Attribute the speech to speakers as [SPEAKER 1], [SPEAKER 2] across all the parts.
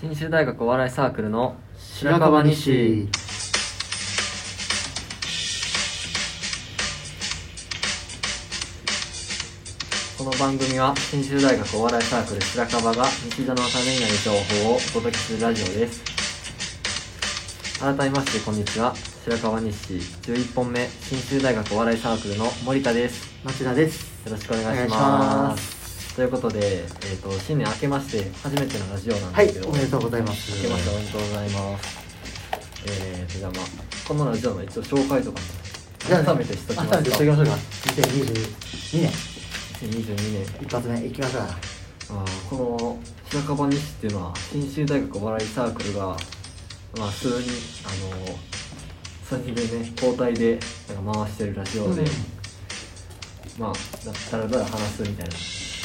[SPEAKER 1] 信州大学お笑いサークルの
[SPEAKER 2] 白樺西
[SPEAKER 1] この番組は信州大学お笑いサークル白樺が日常のためになる情報をお届けするラジオです改めましてこんにちは白樺西11本目信州大学お笑いサークルの森田です
[SPEAKER 2] 町田です
[SPEAKER 1] よろしくお願いします
[SPEAKER 2] お願いしま
[SPEAKER 1] ということで、えー、と新年明けまして初めてのラジオなん
[SPEAKER 2] は
[SPEAKER 1] で
[SPEAKER 2] い
[SPEAKER 1] すけど、
[SPEAKER 2] おめでとうございます
[SPEAKER 1] 明けましておめでとうございますえーとじゃあまあこのラジオの一応紹介とか
[SPEAKER 2] じゃあ
[SPEAKER 1] も改めてしときますか
[SPEAKER 2] 改めてしときましょうか2022年
[SPEAKER 1] 2022年
[SPEAKER 2] 一発目いきましょうか
[SPEAKER 1] あーこの白樺西っていうのは信州大学お笑いサークルが、まあ、数人あの数人でね交代でなんか回してるラジオで、
[SPEAKER 2] うん
[SPEAKER 1] まあだらだら話すみたいな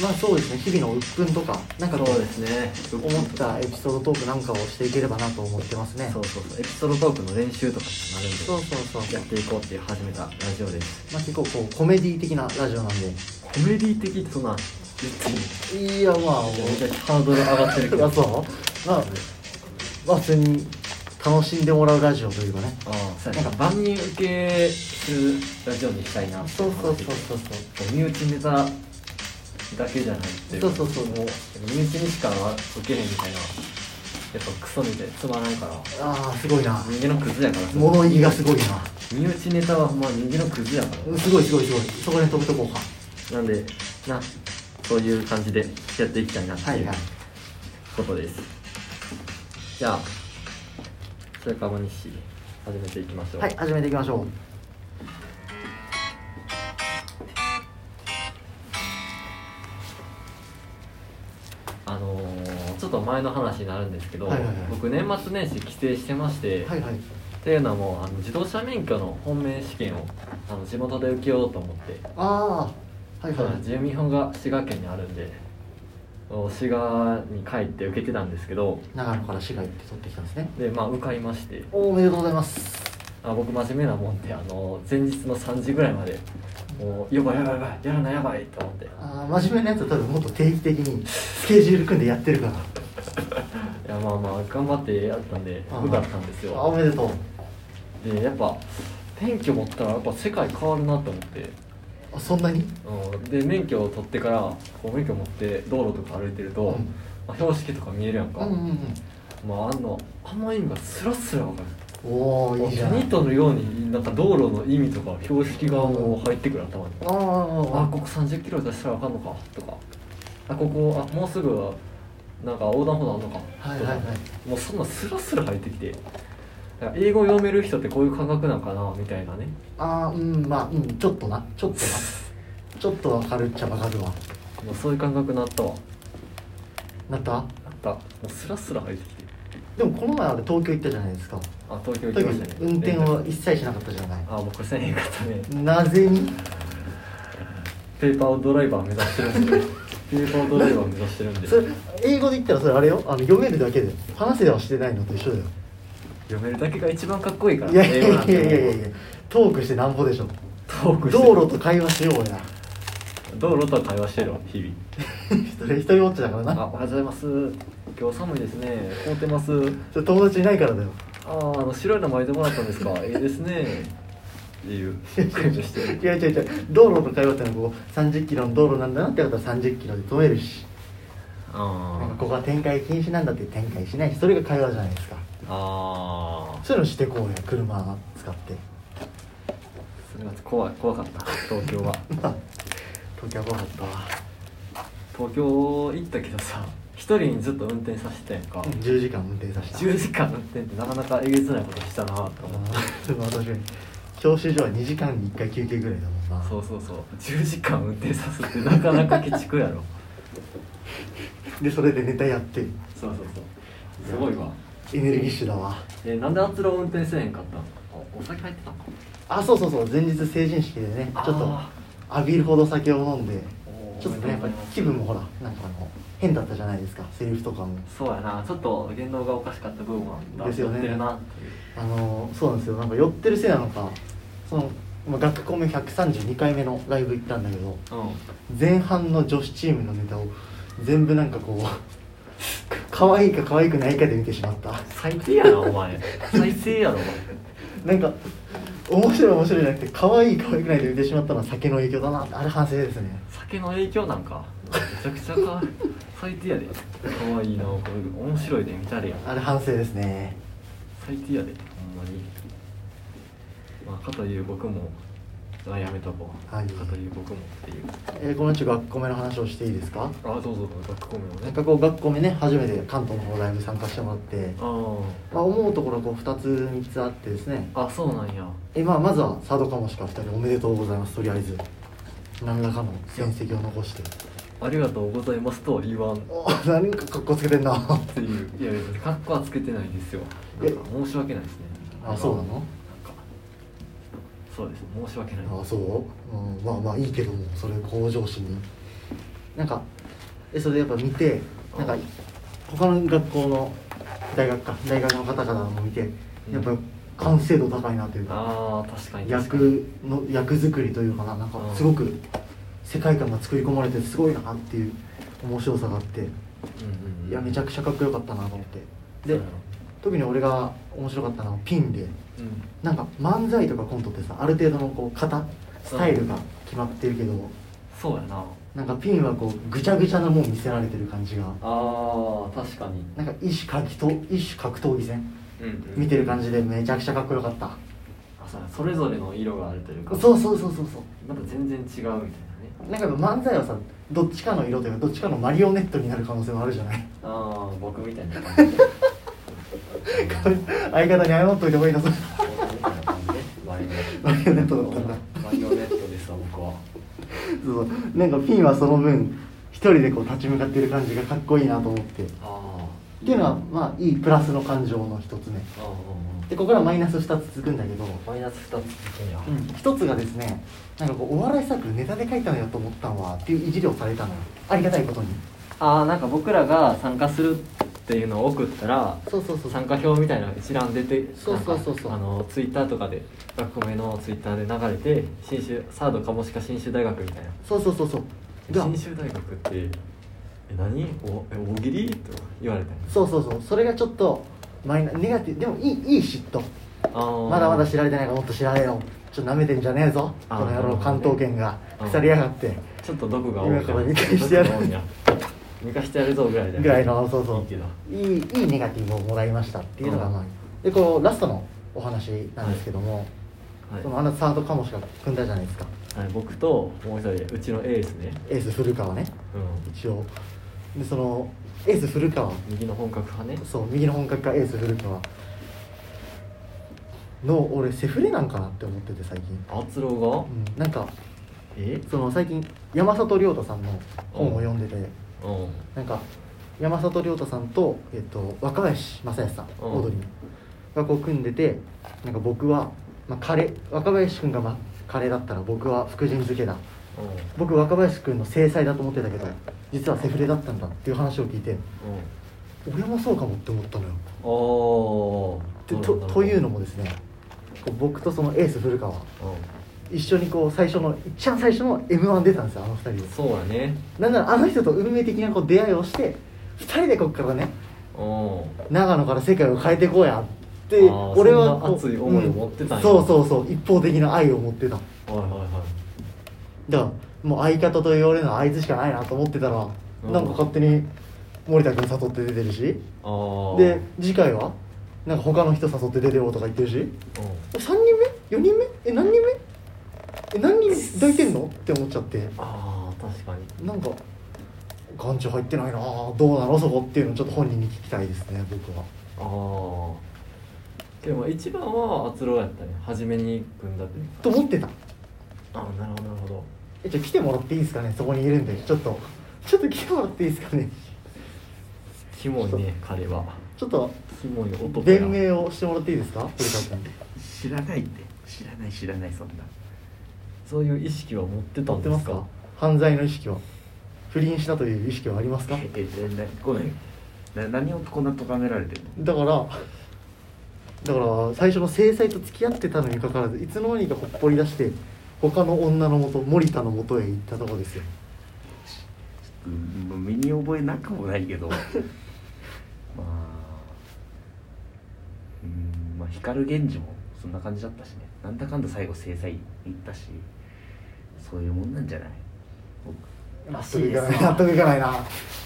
[SPEAKER 2] まあそうですね日々の鬱憤とかなんかこ
[SPEAKER 1] そう
[SPEAKER 2] う
[SPEAKER 1] ですね
[SPEAKER 2] 思ったエピソードトークなんかをしていければなと思ってますね
[SPEAKER 1] そうそうそうエピソードトークの練習とかになるんで
[SPEAKER 2] そうそうそう
[SPEAKER 1] やっていこうっていう始めたラジオです
[SPEAKER 2] まあ結構こうコメディ的なラジオなん
[SPEAKER 1] コメディ的ってそんな言っていい
[SPEAKER 2] でいやまあもう
[SPEAKER 1] めちゃめちゃハードル上がってるけど
[SPEAKER 2] あそうまあまあ普通に楽しんでもらうラジオというかね
[SPEAKER 1] あーそうやなんか万人受けするラジオにしたいなって
[SPEAKER 2] そう
[SPEAKER 1] 話
[SPEAKER 2] そうそうそう
[SPEAKER 1] 身内ネタだけじゃないっていう
[SPEAKER 2] そうそうそう
[SPEAKER 1] もう身内にしか受けへんみたいなやっぱクソみたいつまらないから
[SPEAKER 2] ああすごいな
[SPEAKER 1] 人間のクズやから
[SPEAKER 2] 物言いがすごいな
[SPEAKER 1] 身内ネタはほんま人間のクズやから、
[SPEAKER 2] すごいすごいすごいそこで飛ぶとこうか
[SPEAKER 1] なんでなそういう感じでやっていきたいなって
[SPEAKER 2] はいいうはい
[SPEAKER 1] ことです、じゃあそれから小西始めていきましょう
[SPEAKER 2] はい始めていきましょう
[SPEAKER 1] あのーちょっと前の話になるんですけど、
[SPEAKER 2] はいはいはい
[SPEAKER 1] 僕年末年始帰省してまして、
[SPEAKER 2] はいはい
[SPEAKER 1] っていうのもあの自動車免許の本命試験をあの地元で受けようと思って、
[SPEAKER 2] ああはいはい
[SPEAKER 1] その住民票が滋賀県にあるんでお滋賀に帰って受けてたんですけど
[SPEAKER 2] 長野から市外って取ってきたんですね
[SPEAKER 1] でまあ受かりまして
[SPEAKER 2] おめでとうございます
[SPEAKER 1] あ僕真面目なもんであの前日の3時ぐらいまでもうやばいやばいやばいやらなやばいと思って
[SPEAKER 2] ああ真面目なやつは多分もっと定期的にスケジュール組んでやってるから
[SPEAKER 1] いやまあまあ頑張ってやったんで
[SPEAKER 2] あー
[SPEAKER 1] 受かったんです
[SPEAKER 2] あお
[SPEAKER 1] よ
[SPEAKER 2] めでとう
[SPEAKER 1] でやっぱ免許持ったらやっぱ世界変わるなと思って
[SPEAKER 2] あそんなに
[SPEAKER 1] うんで免許を取ってからこう免許持って道路とか歩いてると、
[SPEAKER 2] うん
[SPEAKER 1] まあ標識とか見えるやんか、
[SPEAKER 2] うんうん
[SPEAKER 1] まああのあんま意味がスラスラ分かる
[SPEAKER 2] うんおおいいじゃん
[SPEAKER 1] ニートのようになんか道路の意味とか標識がもう入ってくる頭に、
[SPEAKER 2] ああ
[SPEAKER 1] あここ3 0キロ出したら分かんのかとかあここあもうすぐなんか横断歩道あんのか
[SPEAKER 2] はいはいはい
[SPEAKER 1] とかもうそんなスラスラ入ってきてだから英語読める人ってこういう感覚なんかなみたい なね
[SPEAKER 2] ああうんまあうんちょっとなちょっとなちょっとわかるっちゃわかるわ
[SPEAKER 1] もうそういう感覚になったわ
[SPEAKER 2] なった
[SPEAKER 1] なったもうスラスラ入ってきて
[SPEAKER 2] でもこの前あれ東京行ったじゃないですか
[SPEAKER 1] あ東京行
[SPEAKER 2] 特
[SPEAKER 1] きまし
[SPEAKER 2] に
[SPEAKER 1] たね
[SPEAKER 2] 運転を一切しなかったじゃない
[SPEAKER 1] あ僕せえへんかったね
[SPEAKER 2] なぜに
[SPEAKER 1] ペーパードライバー目指して るんでペーパードライバー目指してるんで
[SPEAKER 2] それ英語で言ったらそれあれよあの読めるだけで話せはしてないのと一緒だよ
[SPEAKER 1] 読めるだけが一番かっこいいから
[SPEAKER 2] いやいやい
[SPEAKER 1] 英語な
[SPEAKER 2] や
[SPEAKER 1] ん
[SPEAKER 2] い
[SPEAKER 1] て
[SPEAKER 2] や
[SPEAKER 1] もう
[SPEAKER 2] いやいやトークしてなんぼでしょ
[SPEAKER 1] トークして
[SPEAKER 2] 道路と会話しようや
[SPEAKER 1] 道路とは会話してるわ日々
[SPEAKER 2] それ一人ぼっちだから
[SPEAKER 1] あ
[SPEAKER 2] な
[SPEAKER 1] おはようございます今日寒いですね凍ってます
[SPEAKER 2] それ友達いないからだよ
[SPEAKER 1] あーあの白いの巻いてもらったんです かいいですねっていう会話してる
[SPEAKER 2] いや違う違う道路と会話ってのはこう30キロの道路なんだなってことは30キロで止めるしなんか
[SPEAKER 1] あ
[SPEAKER 2] ここは展開禁止なんだって展開しないしそれが会話じゃないですか
[SPEAKER 1] ーあ
[SPEAKER 2] そういうのしてこうや車使って
[SPEAKER 1] ーそれが怖い怖かった東京は
[SPEAKER 2] まあ東京は怖かったわ
[SPEAKER 1] 東京行ったけどさ一人にずっと運転させてたやんか、
[SPEAKER 2] 10時間運転させた
[SPEAKER 1] 10時間運転ってなかなかえげつないことしたなと思って
[SPEAKER 2] あーまあ確かに教習所は2時間に1回休憩ぐらいだもんな
[SPEAKER 1] そうそうそう10時間運転さすってなかなか鬼畜やろ
[SPEAKER 2] でそれでネタやって
[SPEAKER 1] そうそうそうすごいわ
[SPEAKER 2] エネルギッシュだわ
[SPEAKER 1] えーなんであつら運転せえへんかったのおお酒入ってたのか
[SPEAKER 2] あそうそうそう前日成人式でねちょっと
[SPEAKER 1] あ
[SPEAKER 2] 浴びるほど酒を飲んで
[SPEAKER 1] おー
[SPEAKER 2] ちょっとねやっぱり気分もほらなんかあの変だったじゃないですかセリフとかも
[SPEAKER 1] そうやなちょっと言動がおかしかった部分は
[SPEAKER 2] ですよね
[SPEAKER 1] やってるなっていう
[SPEAKER 2] あのそうなんですよなんか酔ってるせいなのかその、まあ、学校目132回目のライブ行ったんだけど
[SPEAKER 1] うん
[SPEAKER 2] 前半の女子チームのネタを全部なんかこう 可愛いか可愛くないかで見てしまった
[SPEAKER 1] 最低やなお前最低やろ
[SPEAKER 2] なんか面白い面白いじゃなくて可愛い可愛くないで見てしまったのは酒の影響だなあれ反省ですね
[SPEAKER 1] 酒の影響なんかめちゃくちゃか最低やで可愛いなこれ面白いで見たれや
[SPEAKER 2] あれ反省ですね
[SPEAKER 1] 最低やでほんまにまあかという僕もあやめとこう、
[SPEAKER 2] はい
[SPEAKER 1] かという僕もっていう
[SPEAKER 2] えー、このちょ学校目の話をしていいですか
[SPEAKER 1] あどうぞどうぞ学校名をね
[SPEAKER 2] 学校学校目ね初めて関東の方ライブ参加してもらって、
[SPEAKER 1] あ
[SPEAKER 2] まあ、思うところこう2つ3つあってですね
[SPEAKER 1] ああそうなんや
[SPEAKER 2] えまあまずは佐渡かもしか2人おめでとうございますとりあえず何らかの成績を残して
[SPEAKER 1] ありがとうございますとは言わんっ
[SPEAKER 2] お何かかっこつけてんな
[SPEAKER 1] ていういや別に格好はつけてないですよなんか申し訳ないですね
[SPEAKER 2] あそうなの
[SPEAKER 1] なんかそうです申し訳ない
[SPEAKER 2] あそう、うん、まあまあいいけどもそれ向上心になんかえそれやっぱ見てなんか
[SPEAKER 1] うん
[SPEAKER 2] 他の学校の大学か大学の方々も見てやっぱ完成度高いなというか、
[SPEAKER 1] あー確かに確かに
[SPEAKER 2] 役の役作りというかななんか
[SPEAKER 1] うん
[SPEAKER 2] すごく世界観が作り込まれてすごいなっていう面白さがあって
[SPEAKER 1] うんうんうん
[SPEAKER 2] いやめちゃくちゃかっこよかったなと思って
[SPEAKER 1] そう
[SPEAKER 2] で
[SPEAKER 1] やろ
[SPEAKER 2] 特に俺が面白かったのはピンで
[SPEAKER 1] うん
[SPEAKER 2] なんか漫才とかコントってさある程度のこう型スタイルが決まってるけど
[SPEAKER 1] そうやな
[SPEAKER 2] なんかピンはこうぐちゃぐちゃなもん見せられてる感じが
[SPEAKER 1] あー確かに
[SPEAKER 2] なんか異種格闘異種格闘技戦
[SPEAKER 1] うん、
[SPEAKER 2] 見てる感じでめちゃくちゃかっこよかった
[SPEAKER 1] あそうやそれぞれの色があるというか
[SPEAKER 2] そうそうそうそうそう
[SPEAKER 1] なんか全然違うみたいなね
[SPEAKER 2] なんか漫才はさどっちかの色というかどっちかのマリオネットになる可能性もあるじゃない
[SPEAKER 1] ああ僕みたいな 感じ
[SPEAKER 2] 相方に謝っといた方がいいなそれ
[SPEAKER 1] 僕みたいな感じねマリオネ
[SPEAKER 2] マリオネッ
[SPEAKER 1] ッ
[SPEAKER 2] ト
[SPEAKER 1] ト
[SPEAKER 2] だったんだ
[SPEAKER 1] マリオネットですわ僕は
[SPEAKER 2] そうそうなんかピンはその分一人でこう立ち向かってる感じがかっこいいなと思ってっ
[SPEAKER 1] ああ
[SPEAKER 2] ていうのはまあいいプラスの感情の一つ目
[SPEAKER 1] ああ
[SPEAKER 2] でここからマイナス2つ続くんだけど、
[SPEAKER 1] マイナス2つ的には
[SPEAKER 2] うん、1つがですねなんかこうお笑いサークルネタで書いたのよと思ったんはっていういじりをされたのよありがたいことに
[SPEAKER 1] ああなんか僕らが参加するっていうのを送ったら
[SPEAKER 2] そうそうそう
[SPEAKER 1] 参加表みたいな一覧出て
[SPEAKER 2] そうそうそうそう
[SPEAKER 1] なんかあのツイッターとかで学校名のツイッターで流れて新州サードかもしか新州大学みたいな
[SPEAKER 2] そうそうそうそうが
[SPEAKER 1] 新州大学ってえ何おえ大喜利と言われたんです
[SPEAKER 2] そうそうそうそれがちょっとマイナネガティブでもいいいい嫉妬まだまだ知られてないからもっと知られよちょっと舐めてんじゃねえぞこ
[SPEAKER 1] あー
[SPEAKER 2] の野郎関東圏が
[SPEAKER 1] うん
[SPEAKER 2] 腐りやがって
[SPEAKER 1] ちょっと毒が多い
[SPEAKER 2] 今から見返してやる
[SPEAKER 1] 毒が多いな見返してやるぞぐらいだよ
[SPEAKER 2] ぐらいのそうそう
[SPEAKER 1] いいけど
[SPEAKER 2] いいいいネガティブをもらいましたっていうのが
[SPEAKER 1] うん
[SPEAKER 2] まあでこうラストのお話なんですけども、
[SPEAKER 1] はい
[SPEAKER 2] そのあなたサードカモシが組んだじゃないですか
[SPEAKER 1] はい、僕ともう一人うちのエースね、
[SPEAKER 2] エース古川ね
[SPEAKER 1] うん、
[SPEAKER 2] 一応でそのエース古川
[SPEAKER 1] 右の本格派ね
[SPEAKER 2] そう右の本格家エース古川の俺セフレなんかなって思ってて最近、
[SPEAKER 1] あつろうが
[SPEAKER 2] うん、なんか
[SPEAKER 1] え
[SPEAKER 2] その最近山里亮太さんの本を読んでて、
[SPEAKER 1] うん
[SPEAKER 2] なんか山里亮太さんと、えっと、若林正康さん、
[SPEAKER 1] うん
[SPEAKER 2] オードリーのがこう組んでてなんか僕は、まあ、カレー若林君が、まあ、カレーだったら僕は福神漬けだ
[SPEAKER 1] うんうん
[SPEAKER 2] 僕若林君の制裁だと思ってたけど実はセフレだったんだっていう話を聞いて俺もそうかもって思ったのよ
[SPEAKER 1] お
[SPEAKER 2] で
[SPEAKER 1] ー
[SPEAKER 2] とというの
[SPEAKER 1] も
[SPEAKER 2] もですねこう僕とそのエース古川一緒にこう最初の一番最初の m 1出たんですよあの二人で
[SPEAKER 1] そうやね
[SPEAKER 2] なんならあの人と運命的なこう出会いをして二人でこっからね
[SPEAKER 1] うん
[SPEAKER 2] 長野から世界を変えていこうやっ
[SPEAKER 1] あ
[SPEAKER 2] て
[SPEAKER 1] ー
[SPEAKER 2] 俺は
[SPEAKER 1] そんな熱い思いを持ってたんや
[SPEAKER 2] うんそうそうそう一方的な愛を持ってただか
[SPEAKER 1] はいはいはい
[SPEAKER 2] らもう相方と言われるのはあいつしかないなと思ってたら、
[SPEAKER 1] うん
[SPEAKER 2] なんか勝手に森田君誘って出てるし
[SPEAKER 1] あー
[SPEAKER 2] で次回はなんか他の人誘って出てよとか言ってるし
[SPEAKER 1] うん
[SPEAKER 2] 3人目4人目え何人目え何人抱いてんのって思っちゃって
[SPEAKER 1] ああ確かに
[SPEAKER 2] なんか眼中入ってないなあどうなのそこっていうのをちょっと本人に聞きたいですね僕は
[SPEAKER 1] ああでも一番はあつろうやったね初めに組んだっていう
[SPEAKER 2] と思ってた
[SPEAKER 1] ああなるほどなるほど
[SPEAKER 2] えじゃあ来てもらっていいですかねそこにいるんでちょっとちょっと来てもらっていいですかね
[SPEAKER 1] キモいね彼は
[SPEAKER 2] ちょっと
[SPEAKER 1] キモい男や
[SPEAKER 2] 弁明をしてもらっていいですか古川君
[SPEAKER 3] 知らないって知らない知らないそんな
[SPEAKER 1] そういう意識は持ってた
[SPEAKER 2] 持
[SPEAKER 1] ん
[SPEAKER 2] って
[SPEAKER 1] で
[SPEAKER 2] ますす
[SPEAKER 1] か
[SPEAKER 2] か犯罪の意識は不倫したという意識はありますか
[SPEAKER 3] ええなごめんな何をこんなとがめられてるの
[SPEAKER 2] だからだから最初の制裁と付き合ってたのにかかわらずいつの間にかほっぽり出して他の女のもと森田のもとへ行ったとこですよ
[SPEAKER 3] うんもう身に覚えなくもないけどあ、光源氏もそんな感じだったしねなんだかんだ最後制裁行ったしそういうもんなんじゃない
[SPEAKER 2] 納
[SPEAKER 1] らし
[SPEAKER 2] 得
[SPEAKER 1] い
[SPEAKER 2] い
[SPEAKER 1] で
[SPEAKER 2] か
[SPEAKER 1] す
[SPEAKER 2] な
[SPEAKER 1] わ
[SPEAKER 2] い納得いかないな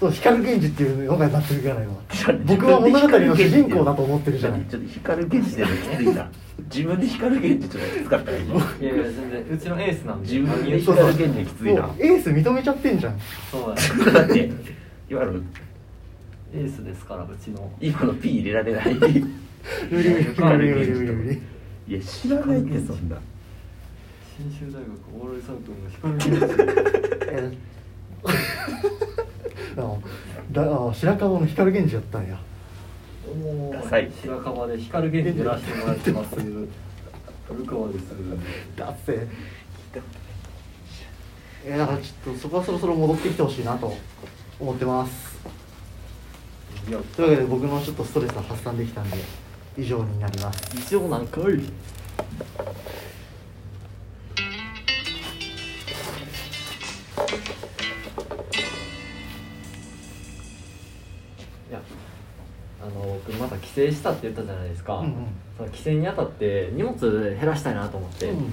[SPEAKER 2] そう光源氏っていうのが納得いかない わ
[SPEAKER 3] 僕
[SPEAKER 2] 僕は物語の主人公だと思ってるじゃない
[SPEAKER 3] ちょっと光源氏でもきついな自分で光源氏ちょっときつかったね今
[SPEAKER 1] いやいや全然うちのエースなんで
[SPEAKER 3] 自分
[SPEAKER 1] あ
[SPEAKER 3] で
[SPEAKER 1] のそう
[SPEAKER 3] 光源氏きついな
[SPEAKER 2] もうエース認めちゃってんじゃん
[SPEAKER 1] そうだ
[SPEAKER 3] だって今の
[SPEAKER 1] エースですからうち の
[SPEAKER 3] 今の P 入れられない
[SPEAKER 2] 無理無理無理無理無理無理
[SPEAKER 3] いや知らないってそんな
[SPEAKER 1] 信州大学お笑いサークルの光源氏
[SPEAKER 2] あのだあ白川の光源氏やったんや
[SPEAKER 1] お
[SPEAKER 3] ダサい
[SPEAKER 1] ー白樺で光源氏やらせてもらってます古川です
[SPEAKER 2] だっていやだからちょっとそこはそろそろ戻ってきてほしいなと思ってます
[SPEAKER 1] いや
[SPEAKER 2] というわけで僕のちょっとストレスは発散できたんで以上になります
[SPEAKER 1] 以上なんかいやあの僕また帰省したって言ったじゃないですか、
[SPEAKER 2] うんうん
[SPEAKER 1] その帰省にあたって荷物減らしたいなと思って、
[SPEAKER 2] うん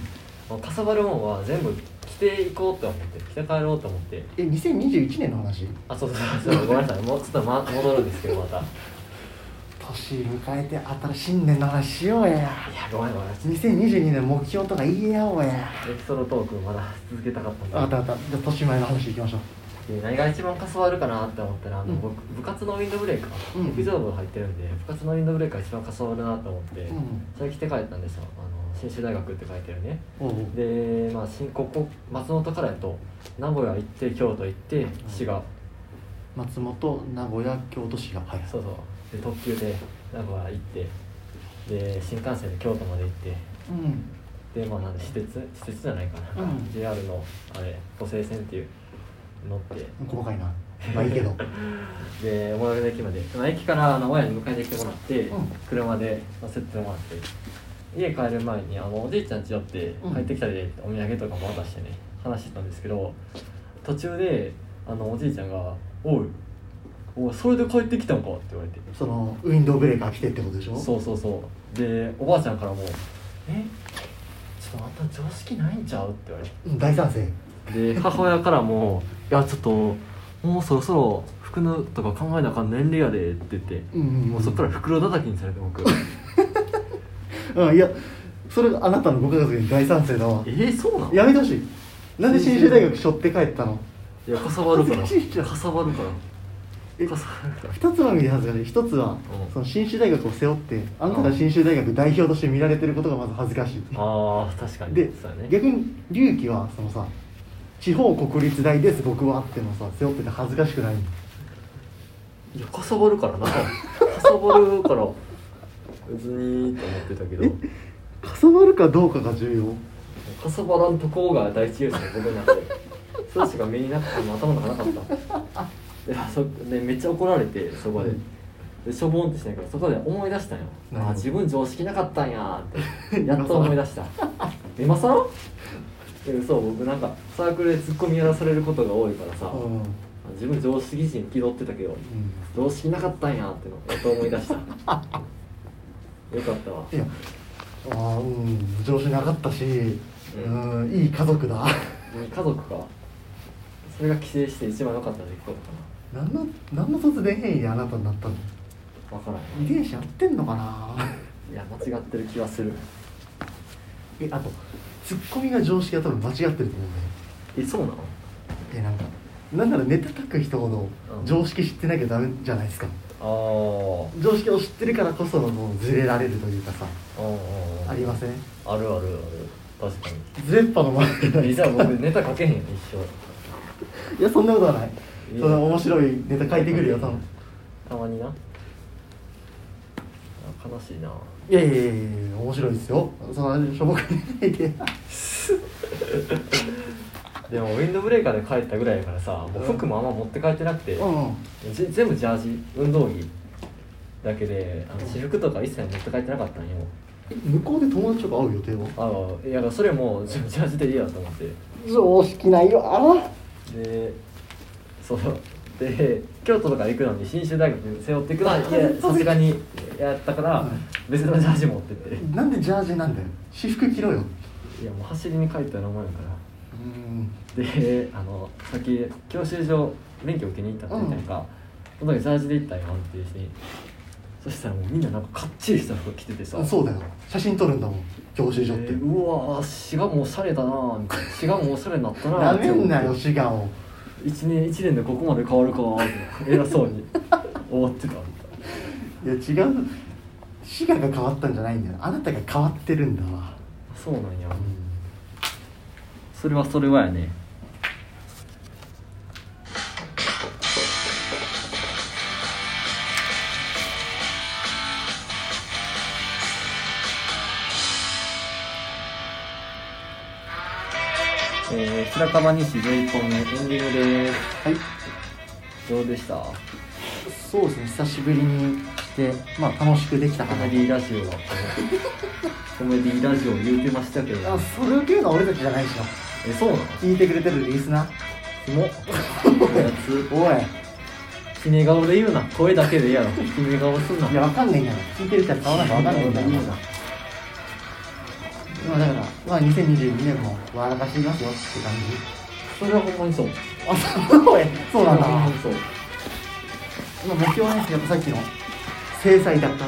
[SPEAKER 1] もうかさばるもんは全部着ていこうと思って着て帰ろうと思って
[SPEAKER 2] え2021年の話
[SPEAKER 1] あそうそうそうごめんなさいもうちょっと、ま、戻るんですけどまたい
[SPEAKER 2] 年迎えて新しい新年の話しようや
[SPEAKER 1] やごめんごめん
[SPEAKER 2] 2022年目標とか言えやおうや
[SPEAKER 1] エピソードトークまだ続けたかったんで
[SPEAKER 2] あったあったじゃあ年前の話いきましょう
[SPEAKER 1] で何が一番かさわるかなって思ったら、あの
[SPEAKER 2] うん
[SPEAKER 1] 僕部活のウィンドブレーカー、
[SPEAKER 2] うん
[SPEAKER 1] 陸上部入ってるんで部活のウィンドブレーカー一番かさわるなと思って、
[SPEAKER 2] うん
[SPEAKER 1] それ着て帰ったんですよあの信州大学って書いてるね
[SPEAKER 2] おうおう
[SPEAKER 1] でまあ新ここ松本からやと名古屋行って京都行って滋賀、
[SPEAKER 2] 松本名古屋京都市がはい
[SPEAKER 1] そうそうで特急で名古屋行ってで新幹線で京都まで行って
[SPEAKER 2] うん
[SPEAKER 1] でまあなんで私鉄私鉄じゃないかな、
[SPEAKER 2] うん
[SPEAKER 1] JR のあれ都西線っていう乗って
[SPEAKER 2] 細かい なまあいいけど
[SPEAKER 1] で最寄りの駅まで、まあ、駅からあの親に迎えてきてもらって、
[SPEAKER 2] うん
[SPEAKER 1] 車で乗せてもらって家帰る前にあのおじいちゃん家寄って
[SPEAKER 2] うん
[SPEAKER 1] 帰ってきたでお土産とかも渡してね話してたんですけど途中であのおじいちゃんが「おいおいそれで帰ってきたんか」って言われて
[SPEAKER 2] そのウィンドウブレーカー来てってことでしょ
[SPEAKER 1] そうそうそうでおばあちゃんからも「えちょっとあんた常識ないんちゃう?」って言われて。
[SPEAKER 2] うん大賛成
[SPEAKER 1] で母親からも「いやちょっともうそろそろ服のとか考えなあかん年齢やで」って言って、
[SPEAKER 2] うんうんうん
[SPEAKER 1] もうそっから袋叩きにされて 僕
[SPEAKER 2] うんいやそれあなたのご家族に大賛成だわ
[SPEAKER 1] えー、そうなのいや
[SPEAKER 2] やめてほしいなんで信州大学しょって帰ったの
[SPEAKER 1] かさばるからか
[SPEAKER 2] 恥ずかしいじゃん
[SPEAKER 1] さばるから
[SPEAKER 2] え
[SPEAKER 1] かさばるから
[SPEAKER 2] 二つの意味で恥ずかしい一つは
[SPEAKER 1] うん
[SPEAKER 2] その信州大学を背負ってあなたが信州大学代表として見られてることがまず恥ずかしい
[SPEAKER 1] あー確かに
[SPEAKER 2] で
[SPEAKER 1] そうだね
[SPEAKER 2] 逆に隆起はそのさ地方国立大です僕はってのさ背負ってて恥ずかしくない
[SPEAKER 1] いやかさばるからなかさばるから別にと思ってたけど
[SPEAKER 2] かさばるかどうかが重要
[SPEAKER 1] かさばらんとこが第一優先僕の中でそれしか目になくても頭の中なかったでそでめっちゃ怒られてそこで,、
[SPEAKER 2] うん
[SPEAKER 1] でしょぼんってしないからそこで思い出したんよ
[SPEAKER 2] 何
[SPEAKER 1] あ自分常識なかったんやーってやっと思い出した今さらそう僕なんかサークルでツッコミやらされることが多いからさ、
[SPEAKER 2] うん、うん、
[SPEAKER 1] 自分常識人気取ってたけど常識なかったんやーってのやっと思い出 したよかったわ
[SPEAKER 2] いやあーうん上司なかったし、う
[SPEAKER 1] うんん
[SPEAKER 2] いい家族だ
[SPEAKER 1] 家族かそれが帰省して一番良かった出来事か
[SPEAKER 2] 何の何の突然変異であなたになったの
[SPEAKER 1] な分からん
[SPEAKER 2] 遺伝子やってんのかな
[SPEAKER 1] いや間違ってる気はする
[SPEAKER 2] えあとツッコミが常識は多分間違ってると思うね
[SPEAKER 1] えそうなの
[SPEAKER 2] えなんかなんならネタ書く人ほど
[SPEAKER 1] うん
[SPEAKER 2] 常識知ってなきゃダメじゃないですか、
[SPEAKER 1] あ
[SPEAKER 2] 常識を知ってるからこそのもうずれられるというかさ
[SPEAKER 1] あうんうん
[SPEAKER 2] ありません
[SPEAKER 1] あるあるある確か
[SPEAKER 2] ずれっぱの 前じゃない
[SPEAKER 1] に え
[SPEAKER 2] です
[SPEAKER 1] じゃ
[SPEAKER 2] か
[SPEAKER 1] あ僕ネタ書けへんよ一
[SPEAKER 2] いやそんなことはない
[SPEAKER 1] いい
[SPEAKER 2] そんな面白いネタ書いてくるよ多分
[SPEAKER 1] 生たまになあ悲しいない
[SPEAKER 2] やいやいやいや面白いですよそのしょぼくないで
[SPEAKER 1] でもウィンドブレーカーで帰ったぐらいやからさもう服もあんま持って帰ってなくて、
[SPEAKER 2] うんうん
[SPEAKER 1] ぜ全部ジャージ運動着だけであの私服とか一切持って帰ってなかったんよ
[SPEAKER 2] え向こうで友達とか会う予定は
[SPEAKER 1] ああいやそれもジャジャージでいいやと思って
[SPEAKER 2] 常識ないよあら
[SPEAKER 1] でそうって京都とか行くのに信州大学背負っていくのはいやさすがにやったから別のジャージ持ってって
[SPEAKER 2] なんでジャージなんだよ私服着ろよ
[SPEAKER 1] いやもう走りに帰ったようなもんやから
[SPEAKER 2] うん
[SPEAKER 1] であのさっき教習所免許受けに行ったって言ったやんか、その時ジャージで行ったよっていうしにそしたらもうみんななんかかっちりした服着ててさ
[SPEAKER 2] あそうだよ写真撮るんだもん教習所って、
[SPEAKER 1] でうわー滋賀もおしゃれだなーみたいな滋賀もおしゃれになったな
[SPEAKER 2] な
[SPEAKER 1] ー
[SPEAKER 2] めんなよ
[SPEAKER 1] って
[SPEAKER 2] 志願を
[SPEAKER 1] 一年一年でここまで変わるかーって偉そうに思ってた
[SPEAKER 2] いや違う志願が変わったんじゃないんだよあなたが変わってるんだわ、
[SPEAKER 1] そうなんや
[SPEAKER 2] うん
[SPEAKER 1] それはそれはやねえー、白樺西11本目エンディングです
[SPEAKER 2] はい
[SPEAKER 1] どうでしたフ
[SPEAKER 2] そうですね久しぶりにしてまあ楽しくできたかな
[SPEAKER 1] ァミリーラジオだったねコメディラジオ言うてましたけど
[SPEAKER 2] あそれを言うのは俺たちじゃないでしょ
[SPEAKER 1] えそうなの
[SPEAKER 2] 聞いてくれてるリスナー
[SPEAKER 1] キモこやつ
[SPEAKER 2] おい
[SPEAKER 1] キネ顔で言うな声だけでいいやろキネ顔すんない
[SPEAKER 2] やわかんないんだから聞いてる人は買わないかわかんないんだから
[SPEAKER 1] 言うな
[SPEAKER 2] まあだから、まあ、2022年も笑かしていきますよって感じ
[SPEAKER 1] それはほんまにそう
[SPEAKER 2] あ そうそうなんだ
[SPEAKER 1] ほんま
[SPEAKER 2] ま
[SPEAKER 1] にそう
[SPEAKER 2] あ目標はねやっぱさっきの制裁だった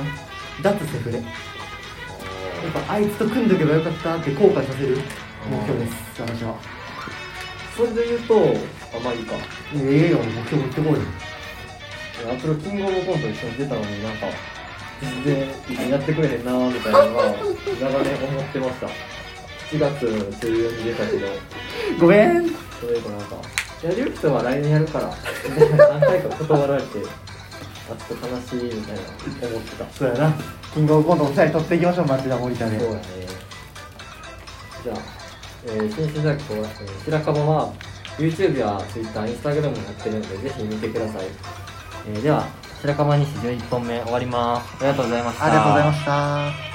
[SPEAKER 2] 脱セフレやっぱあいつと組んどけばよかったって後悔させる目標です私は
[SPEAKER 1] それで言うとあまあいいか
[SPEAKER 2] ええよ目標持ってこいよ
[SPEAKER 1] アプロキングオブコント一緒に出たのになんか全然やってくれへんなーみたいなのは長年思ってました7月14日に出たけど
[SPEAKER 2] ごめん
[SPEAKER 1] それ以降なんかやる人は来年やるからみたいな何回か断られてあちょっと悲しいみたいな思ってた
[SPEAKER 2] そうやなキングオブコントお二人取っていきましょう町田森田で
[SPEAKER 1] そうだね。じゃあ、えー、新種大学は、えー、白樺は、YouTube や Twitter、Instagram もやってるので、ぜひ見てください。えーでは、白樺西11本目終わります。ありがとうございまし
[SPEAKER 2] ありがとうございました